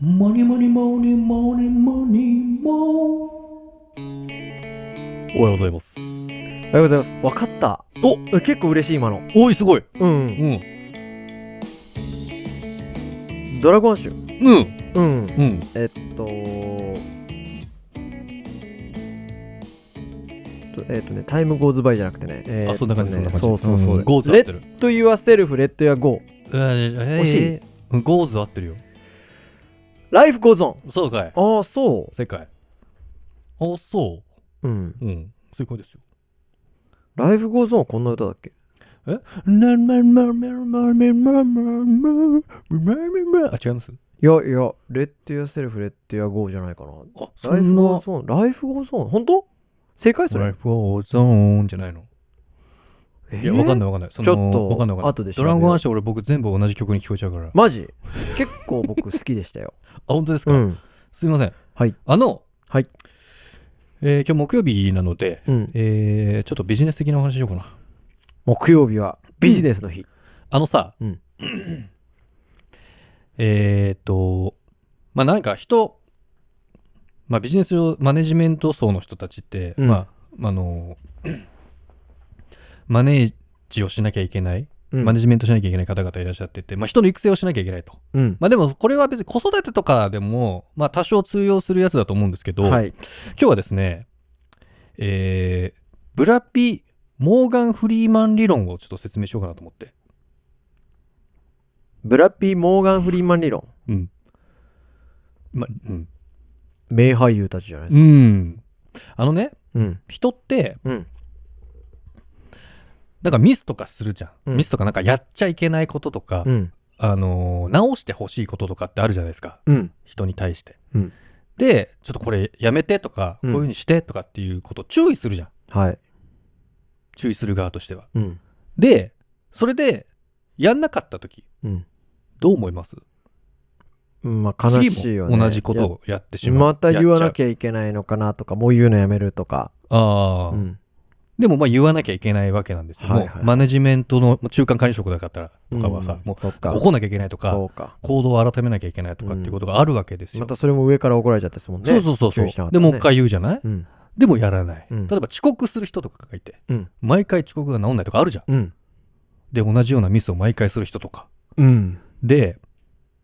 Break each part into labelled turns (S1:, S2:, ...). S1: モニモニモニモニモニモおはようございます。
S2: おはようございます。わかった。
S1: お
S2: え結構嬉しい、今の。
S1: おい、すごい。
S2: うん。
S1: ん。
S2: ドラゴン酒。
S1: うん。う
S2: うん。
S1: ん。
S2: えっと、とえっとね、タイムゴーズバイじゃなくてね。えー
S1: あ、
S2: っ
S1: そ
S2: と
S1: んな感
S2: ね
S1: じ、そんな感じ。
S2: そうそうそう。
S1: んゴーズ合
S2: レ
S1: って
S2: ッ
S1: る。
S2: ド・ユア・セルフ、レッド・ユア・ゴー。
S1: えー、えー
S2: 惜しい。
S1: うんゴーズ合ってるよ。
S2: ライフ・ゴーズオン。
S1: そうかい。
S2: ああ、そ。
S1: 世界。あ、そう
S2: うん。
S1: う。うん。正解ですよ。
S2: ライフ・ゴーズオンはこんな歌だっけ
S1: あ、違います
S2: いやいや、レッド・ユア・セルフ、レッド・ユア・ゴーじゃないかな。
S1: あ、
S2: ライフ・ゴーズオン。ライフ・ゴーズオン。本当正解そ
S1: ライ
S2: れ。
S1: フオーゾーンじゃないのいや、わかん
S2: い。
S1: ないわかんない。そ
S2: ち
S1: の
S2: ょっと、
S1: わかんないわかんない。
S2: 後で調
S1: ドラ
S2: べよう
S1: ゴンアッシュ俺僕全部同じ曲に聞こえちゃうから。
S2: マジ結構僕好きでしたよ。
S1: あ、本当ですか、
S2: うん。
S1: すいません。
S2: はい。
S1: あの、
S2: はい。
S1: えー今日木曜日なので、
S2: うん。
S1: えーちょっとビジネス的なお話しようかな。
S2: 木曜日はビジネスの日。
S1: あのさ、
S2: うん
S1: えーっと、まあなんか人、まあビジネスマネジメント層の人たちって、
S2: うん
S1: まあ、あの、 マネージをしなきゃいけない、
S2: うん
S1: マネジメントしなきゃいけない方々いらっしゃってて、まあ人の育成をしなきゃいけないと。
S2: うん。
S1: まあでもこれは別に子育てとかでも、まあ多少通用するやつだと思うんですけど、
S2: はい。
S1: 今日はですね、えー、ブラピ・モーガン・フリーマン理論をちょっと説明しようかなと思って。
S2: ブラッピー・モーガン・フリーマン理論。
S1: うん。ま、うん。
S2: 名俳優たちじゃないで
S1: う
S2: すか。
S1: ん。あのね、
S2: うん。
S1: 人って、
S2: うん。
S1: なんかミスとかするじゃん。
S2: うん
S1: ミスとかなんかやっちゃいけないこととか、
S2: うん。
S1: あのー直してほしいこととかってあるじゃないですか。
S2: うん。
S1: 人に対して。
S2: うん
S1: で、ちょっとこれやめてとか、こう
S2: う
S1: んいうふうにしてとかっていうことを注意するじゃん。
S2: はい。
S1: 注意する側としては。
S2: うん。
S1: で、それで、やんなかった時、
S2: うん。
S1: どう思います
S2: うんまあ悲しいよね。
S1: 次も同じことをやって
S2: い
S1: し
S2: や。
S1: まう。
S2: また言わな
S1: ゃ。
S2: きゃいけないのかなとか、もう言うのやめるとか。
S1: ああ、
S2: うん。
S1: でもまあ言わなきゃいけないわけなんですよ。
S2: はいはい
S1: もうマネジメントの中間管理職だからとかはさ、
S2: うん
S1: も
S2: そっ
S1: う
S2: か。
S1: 怒んなきゃいけないとか、
S2: そうか。
S1: 行動を改めなきゃいけないとかっていうことがあるわけですよ。
S2: またそれも上から怒られちゃったですもんね。
S1: そうそうそうそ
S2: 注
S1: う、
S2: 意しなかった
S1: で
S2: ね
S1: もう一回言うじゃない、
S2: うん。
S1: でもやらない、
S2: うん
S1: 例えば遅刻する人とかがいて、
S2: うん
S1: 毎回遅刻が治んないとかあるじゃん。
S2: うん。
S1: で、同じようなミスを毎回する人とか。
S2: うん。
S1: で、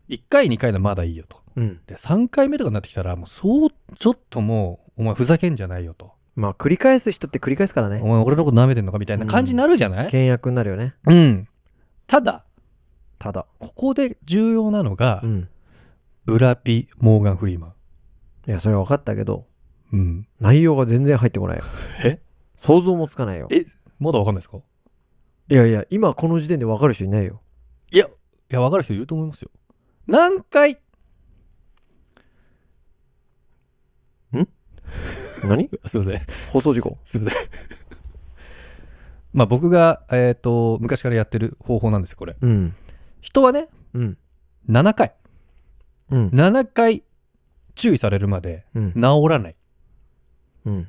S1: 1回、2回でまだいいよと。
S2: うん。
S1: で、3回目とかになってきたら、もう、そう、ちょっともう、お前ふざけんじゃないよと。
S2: まあ、繰り返す人って繰り返すから
S1: お
S2: ね。
S1: 前俺のこと舐めてんのかみたいな感じになるじゃない、
S2: 倹約になるよね。
S1: うん、ただ、
S2: ただ。
S1: ここで重要なのが、
S2: うん。
S1: ブラピ・モーガン・フリーマン。
S2: いや、それは分かったけど、
S1: うん。
S2: 内容が全然入ってこないよ。
S1: え
S2: 想像もつかないよ。
S1: えまだわかんないですか
S2: いやいや、今この時点で分かる人いないよ。
S1: いや、いや、わかる人いると思いますよ。何回ん
S2: 何
S1: すいません。
S2: 放送事故
S1: すいません。 まあ僕が、えっ、と、昔からやってる方法なんですよ、これ。
S2: うん。
S1: 人はね、
S2: うん。
S1: 7回。
S2: うん。
S1: 7回注意されるまで
S2: うん。
S1: 治らない。
S2: うん。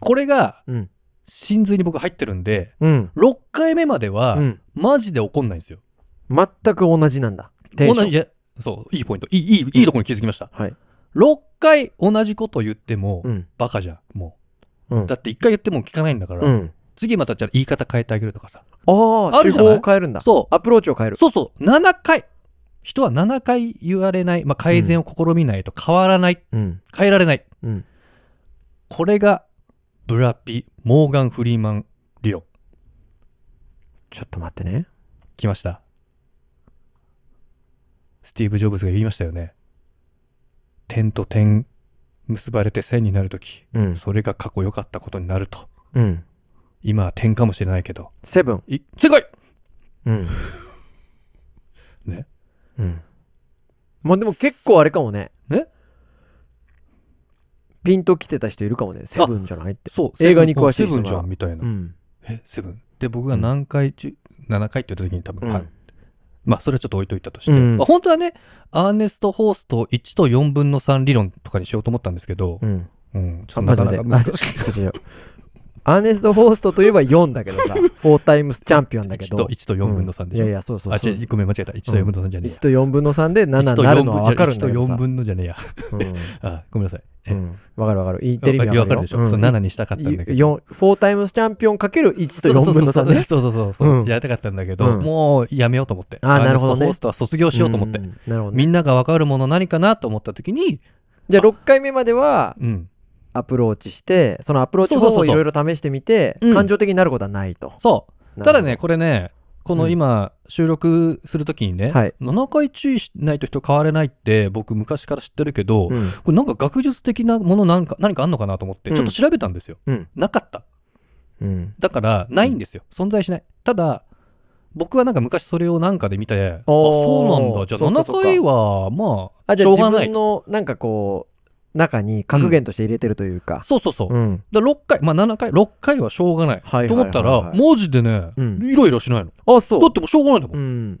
S1: これが
S2: うん。
S1: 真髄に僕入ってるんで、
S2: うん。
S1: 6回目までは、
S2: うん。
S1: マジで怒んないんですよ。
S2: 全く同じなんだ。テンショ
S1: 同
S2: ン。
S1: じいやそう、いいポイント。いい、いい、いいとこに気づきました。
S2: はい。
S1: 6回同じこと言っても、
S2: うん。
S1: バカじゃん、も
S2: う
S1: う。
S2: ん
S1: だ。って1回言っても聞かないんだから、
S2: うん。
S1: 次またじゃあ言い方変えてあげるとかさ。
S2: ああ、
S1: ある
S2: 手
S1: じゃない
S2: 法を変えるんだ。
S1: そ
S2: アプローチを変え
S1: う、
S2: る。
S1: そうそう、7回。人は7回言われない、まあ、改善を試みないと変わらない、
S2: うん。
S1: 変えられない。
S2: うん。
S1: これが、ブラピ、モーガン・フリーマン理論。
S2: ちょっと待ってね。
S1: 来ました。スティーブ・ジョブズが言いましたよね。点と点結ばれて線になるとき、
S2: うん。
S1: それが過去良かったことになると。
S2: うん。
S1: 今は点かもしれないけど。
S2: セブン。
S1: い、正解
S2: うん。
S1: ね。
S2: うん。まあでも結構あれかもね。
S1: え
S2: ピンと来てた人いるかもね。セブンじゃないって。
S1: そう、
S2: 映画に詳しい
S1: セ
S2: 人
S1: ブン
S2: な
S1: じ
S2: ら
S1: ゃんみたいな。
S2: うん。
S1: え、セブン。で、僕が何回、十7回って言った時に多分、
S2: うん
S1: はいまあ、それはちょっと置いといたとして、
S2: うん
S1: まあ本当はね、アーネスト・ホースト1と4分の3理論とかにしようと思ったんですけど
S2: う、ん。
S1: うん、ちょっと
S2: あ、待
S1: な
S2: っ
S1: か
S2: て
S1: な
S2: 待
S1: か難
S2: って。あちょ
S1: しい。
S2: ちょちょアーネスト・フォーストといえば4だけど さ、4タイムスチャンピオンだけ
S1: 1
S2: ど。
S1: と1と4分の3でしょ。
S2: うんいやいや、そうそう
S1: あ、
S2: そ
S1: 違
S2: う。
S1: う、ごめん、間違えた。1と4分の3じゃねえや
S2: 1。と4分の3で7
S1: 1
S2: に
S1: と
S2: な
S1: 4
S2: る
S1: 分
S2: のは分かるん
S1: 1と
S2: だけど
S1: 4
S2: さ。
S1: 分のじゃねえや。 あ、ごめんなさい。え
S2: うんうん分かる分かる。インテリ
S1: わ
S2: に
S1: か
S2: は
S1: るわかるでしょ。その7にしたかったんだけど。
S2: 4タイムスチャンピオンかける1と
S1: そうそうそ
S2: 4分
S1: う
S2: の
S1: そ
S2: 3
S1: う。
S2: ね。
S1: そうそうそうそうう。
S2: ん
S1: やりたかったんだけ
S2: う
S1: ど、
S2: ん
S1: もうやめようと思って。
S2: あーなるほどね
S1: アーネストホーストは卒業しようと思って。
S2: ん。なるほど
S1: み
S2: ね。
S1: んながわかるもの何かなと思った時に、
S2: じゃあ6回目までは
S1: うん。
S2: アプローチして、そのアプローチ
S1: そう
S2: 方
S1: そうそ
S2: 法
S1: う
S2: をいろいろ試してみて、
S1: うん
S2: 感情的になることはないと。
S1: そう。
S2: なるほど
S1: ただね、、これね、この今、収録するときにね、
S2: はい
S1: 7回注意しないと人変われないって、僕、昔から知ってるけど、
S2: うん
S1: これなんか学術的なものなんか、何かあんのかなと思って、
S2: うん
S1: ちょっと調べたんですよ。
S2: うん
S1: なかった。
S2: うん。
S1: だから、ないんですよ。存在しない。ただ、僕はなんか昔それをなんかで見て、あ、そうなんだ。じゃあ
S2: そっかそ
S1: 7
S2: っか
S1: 回は、まあ、
S2: あ、じ
S1: し
S2: ゃあ
S1: ょう
S2: 自
S1: がない
S2: 分。のなんかこう、中に格言として入れてるというか。
S1: そうそうそう。
S2: うん。
S1: だ6回、まあ7回、6回はしょうがない。
S2: はいはい
S1: と思
S2: はいはい
S1: ったら、マジでね、
S2: うん
S1: イライラしないの。だ
S2: あ、そう。
S1: ってもうしょうがないんだもん
S2: うん。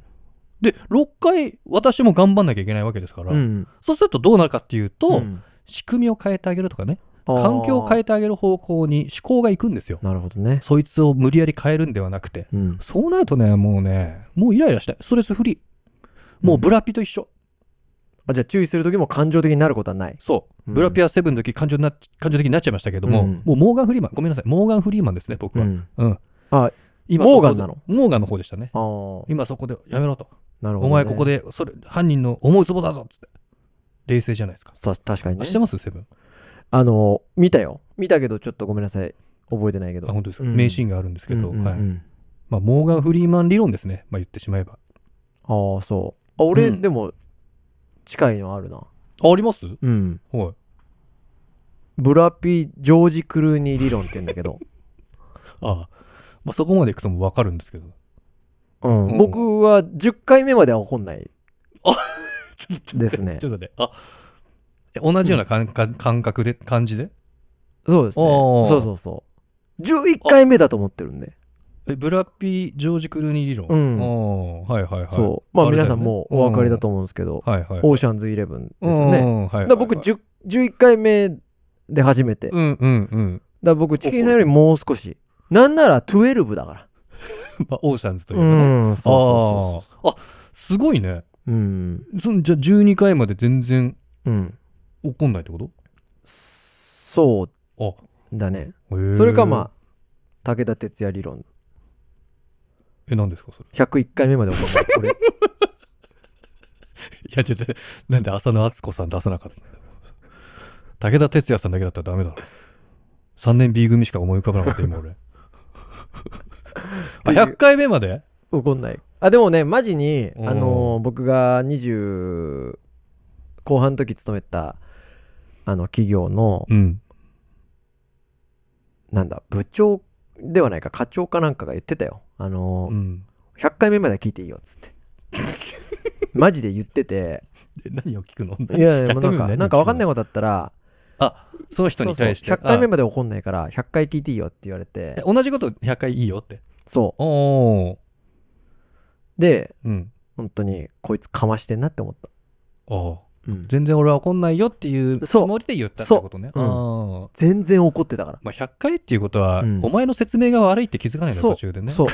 S1: で6回私も頑張んなきゃいけないわけですから、
S2: うん。
S1: そうするとどうなるかっていうと、
S2: うん
S1: 仕組みを変えてあげるとかね環境を変
S2: え
S1: えてあげる方向に思考がいくんですよ
S2: なるほどね。
S1: そいつを無理やり変えるんではなくて
S2: うん。
S1: そうなるとねもうねもうイライラしてストレスフリーもうブラピと一緒、
S2: あじゃあ注意する時も感情的になることはない。
S1: そう
S2: うん
S1: ブラピはセブンの時感情になっ感情的になっちゃいましたけども、
S2: うん
S1: もうモーガン・フリーマンごめんなさいモーガン・フリーマンですね僕は、
S2: ん。
S1: うん
S2: あ
S1: 今
S2: モーガンなの
S1: そこでモーガンの方でしたね
S2: ああ。
S1: 今そこでやめろと、
S2: なるほど、ね。
S1: お前ここ
S2: で。
S1: でそれ犯人の思うツボだぞっつって冷静じゃないですか
S2: た確かに
S1: あ
S2: ね
S1: し。てますセブン
S2: あの、見たよ。見たけど、ちょっとごめんなさい。覚えてないけど。
S1: あ本当ですか、
S2: うん
S1: 名シーンがあるんですけど、
S2: うんうんうん
S1: はいまあ、モーガン・フリーマン理論ですね、まあ、言ってしまえば
S2: ああ、そう。あ俺、
S1: うん
S2: でも、近いのあるな。
S1: ああります
S2: うん。
S1: はい
S2: ブラピ・ジョージ・クルーニー理論って言うんだけど。
S1: ああ、まあ、そこまでいくとも分かるんですけど
S2: うん
S1: うん
S2: 僕は10回目までは怒んない
S1: ちょっと
S2: ですね
S1: ち。ょっと待ってあえ同じような感,、か感覚で感じで
S2: そうですね。
S1: おー
S2: そうそうそう。11回目だと思ってるんで。
S1: えブラッピー・ジョージ・クルーニー理論
S2: うん
S1: ああはいはいはい
S2: そう。まあ
S1: れだよ
S2: 皆
S1: ね
S2: さんもうお分かりだと思うんですけど、
S1: うんはいはい
S2: オーシャンズイレブンですよ
S1: う
S2: ね。
S1: んはいはい
S2: だから僕10 11回目で初めて。だか
S1: うんうんうん、
S2: ら僕チキンさんよりもう少し。なんなら12だから。
S1: まあ、オーシャンズという
S2: う
S1: かね
S2: ん、そうそうそうそ
S1: あああすごいね
S2: う。うん。
S1: そんじゃあ12回まで全然
S2: うん。
S1: 怒んないってこと
S2: そう
S1: あ
S2: だね。
S1: へー
S2: それかまあ、武田鉄矢理論。
S1: え、何ですか、それ。
S2: 101回目まで怒んない。これ
S1: いや、ちょっと、なんで浅野敦子さん出さなかったんだよ武田鉄矢さんだけだったらダメだろ。3年 B 組しか思い浮かばなかった、今俺。あ、100回目まで
S2: 怒んない。あ、でもね、マジに、
S1: うん
S2: あのー僕が20後半の時勤めた、あの、企業の、
S1: うん。
S2: なんだ、部長ではないか、課長かなんかが言ってたよ。あのー
S1: うん。
S2: 100回目までは聞いていいよっつ って。マジで言ってて、
S1: で何を聞くの
S2: いやいや、
S1: 100
S2: もうな
S1: 回目
S2: ん
S1: ま
S2: か、
S1: で
S2: なんか分かんない
S1: い。
S2: ことあったら、
S1: あ、その人に対して。
S2: そうそう100回目
S1: あ
S2: まで怒んないから、100回聞いていいよって言われて、
S1: 同じこと100回いいよって。
S2: そ
S1: おー。
S2: う。で、
S1: うん。
S2: 本当に、こいつかましてんなって思った。
S1: あー
S2: うん、
S1: 全然俺は怒んないよっていうつ
S2: そう
S1: もりで言ったってことね。
S2: そう
S1: あー
S2: 全然怒ってたから。
S1: まあ、100回っていうことは、
S2: うん
S1: お前の説明が悪いって気づかないの
S2: そう
S1: 途中でね。
S2: そ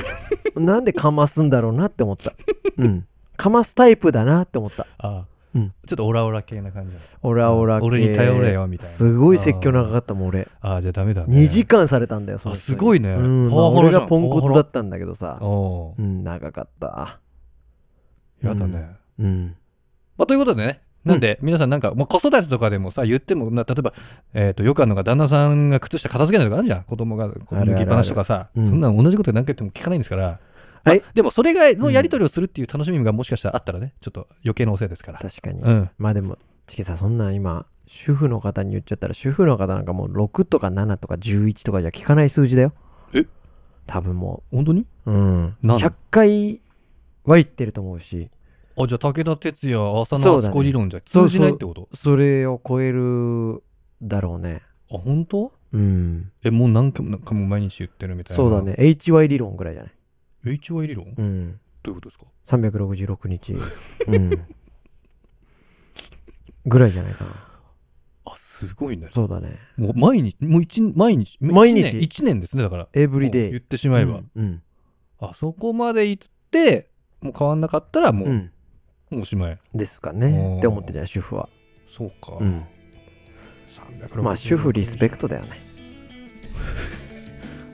S2: う。なんでかますんだろうなって思った。うん。かますタイプだなって思った。
S1: ああ、
S2: うん
S1: ちょっとオラオラ系な感じだ
S2: オラオラ系
S1: 俺に頼れよみたいな
S2: すごい説教長かったもん、俺。
S1: ああじゃあダメだね
S2: 2時間されたんだよ、その
S1: あ
S2: 人
S1: す
S2: に
S1: ごいね
S2: うん。
S1: パワハラ
S2: 俺
S1: じゃん
S2: がポンコツだったんだけどさ。
S1: お
S2: うん、長かった。
S1: ーやだね、
S2: うんうん。
S1: まあ、ということでねなんで、皆さんなんか、まあ、子育てとかでもさ言ってもな例えば、えー、とよくあるのが旦那さんが靴下片付けないとかあるじゃん子供がこう
S2: あるある
S1: 抜きっぱなしとかさ
S2: あるうん
S1: そんなの同じこと何回言っても聞かないんですから、
S2: はい
S1: まあでもそれがのやり取りをするっていう楽しみがもしかしたらあったらねちょっと余計なお世話ですから、
S2: 確かに。
S1: うん、
S2: まあでも、チキさん、そんなん今、主婦の方に言っちゃったら、主婦の方なんかもう6とか7とか11とかじゃ聞かない数字だよ。
S1: え
S2: 多分も
S1: 本当に
S2: う。うん。
S1: なんで
S2: 100回は言ってると思うし、
S1: あじゃあ武田鉄矢浅
S2: そ
S1: 野
S2: う
S1: 敦
S2: だね
S1: 子理論じゃ
S2: そうそ
S1: 通じ
S2: う
S1: ないってこと
S2: それを超えるだろうね。
S1: あ本当
S2: うん。
S1: えもう何回も何回も毎日言ってるみたいな
S2: そうだね。HY 理論ぐらいじゃない。
S1: HY 理論
S2: うん。
S1: どういうことですか
S2: 366日。うん。ぐらいじゃないかな。
S1: あすすごいね。
S2: そうだね。
S1: もう毎日、もう一日、毎日、
S2: 毎日
S1: 1年一年ですね、だから。
S2: エブリデ
S1: もう言
S2: イ。
S1: ってしまえば、
S2: うん。
S1: あそこまで行って、もう変わんなかったらもう、
S2: うん。うん
S1: もうおしまい。
S2: ですか
S1: おー
S2: ね。って思ってんじゃない主婦は。
S1: そうか。
S2: うん。
S1: 360
S2: まあ、主婦リスペクトだよね。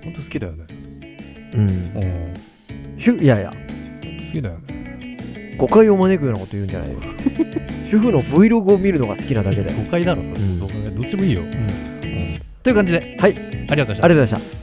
S1: ほんと好きだよね。
S2: うん。
S1: うん。
S2: 主いやいや、
S1: 好きだよね。
S2: 誤解を招くようなこと言うんじゃない よ。主婦の Vlog を見るのが好きなだけだよ。
S1: 誤解だろ、それ。
S2: うん
S1: どう考えどっちもいいよ。うん
S2: ん
S1: という感じで、
S2: は
S1: あ
S2: い
S1: りがとうございました
S2: あ。りがとうございました。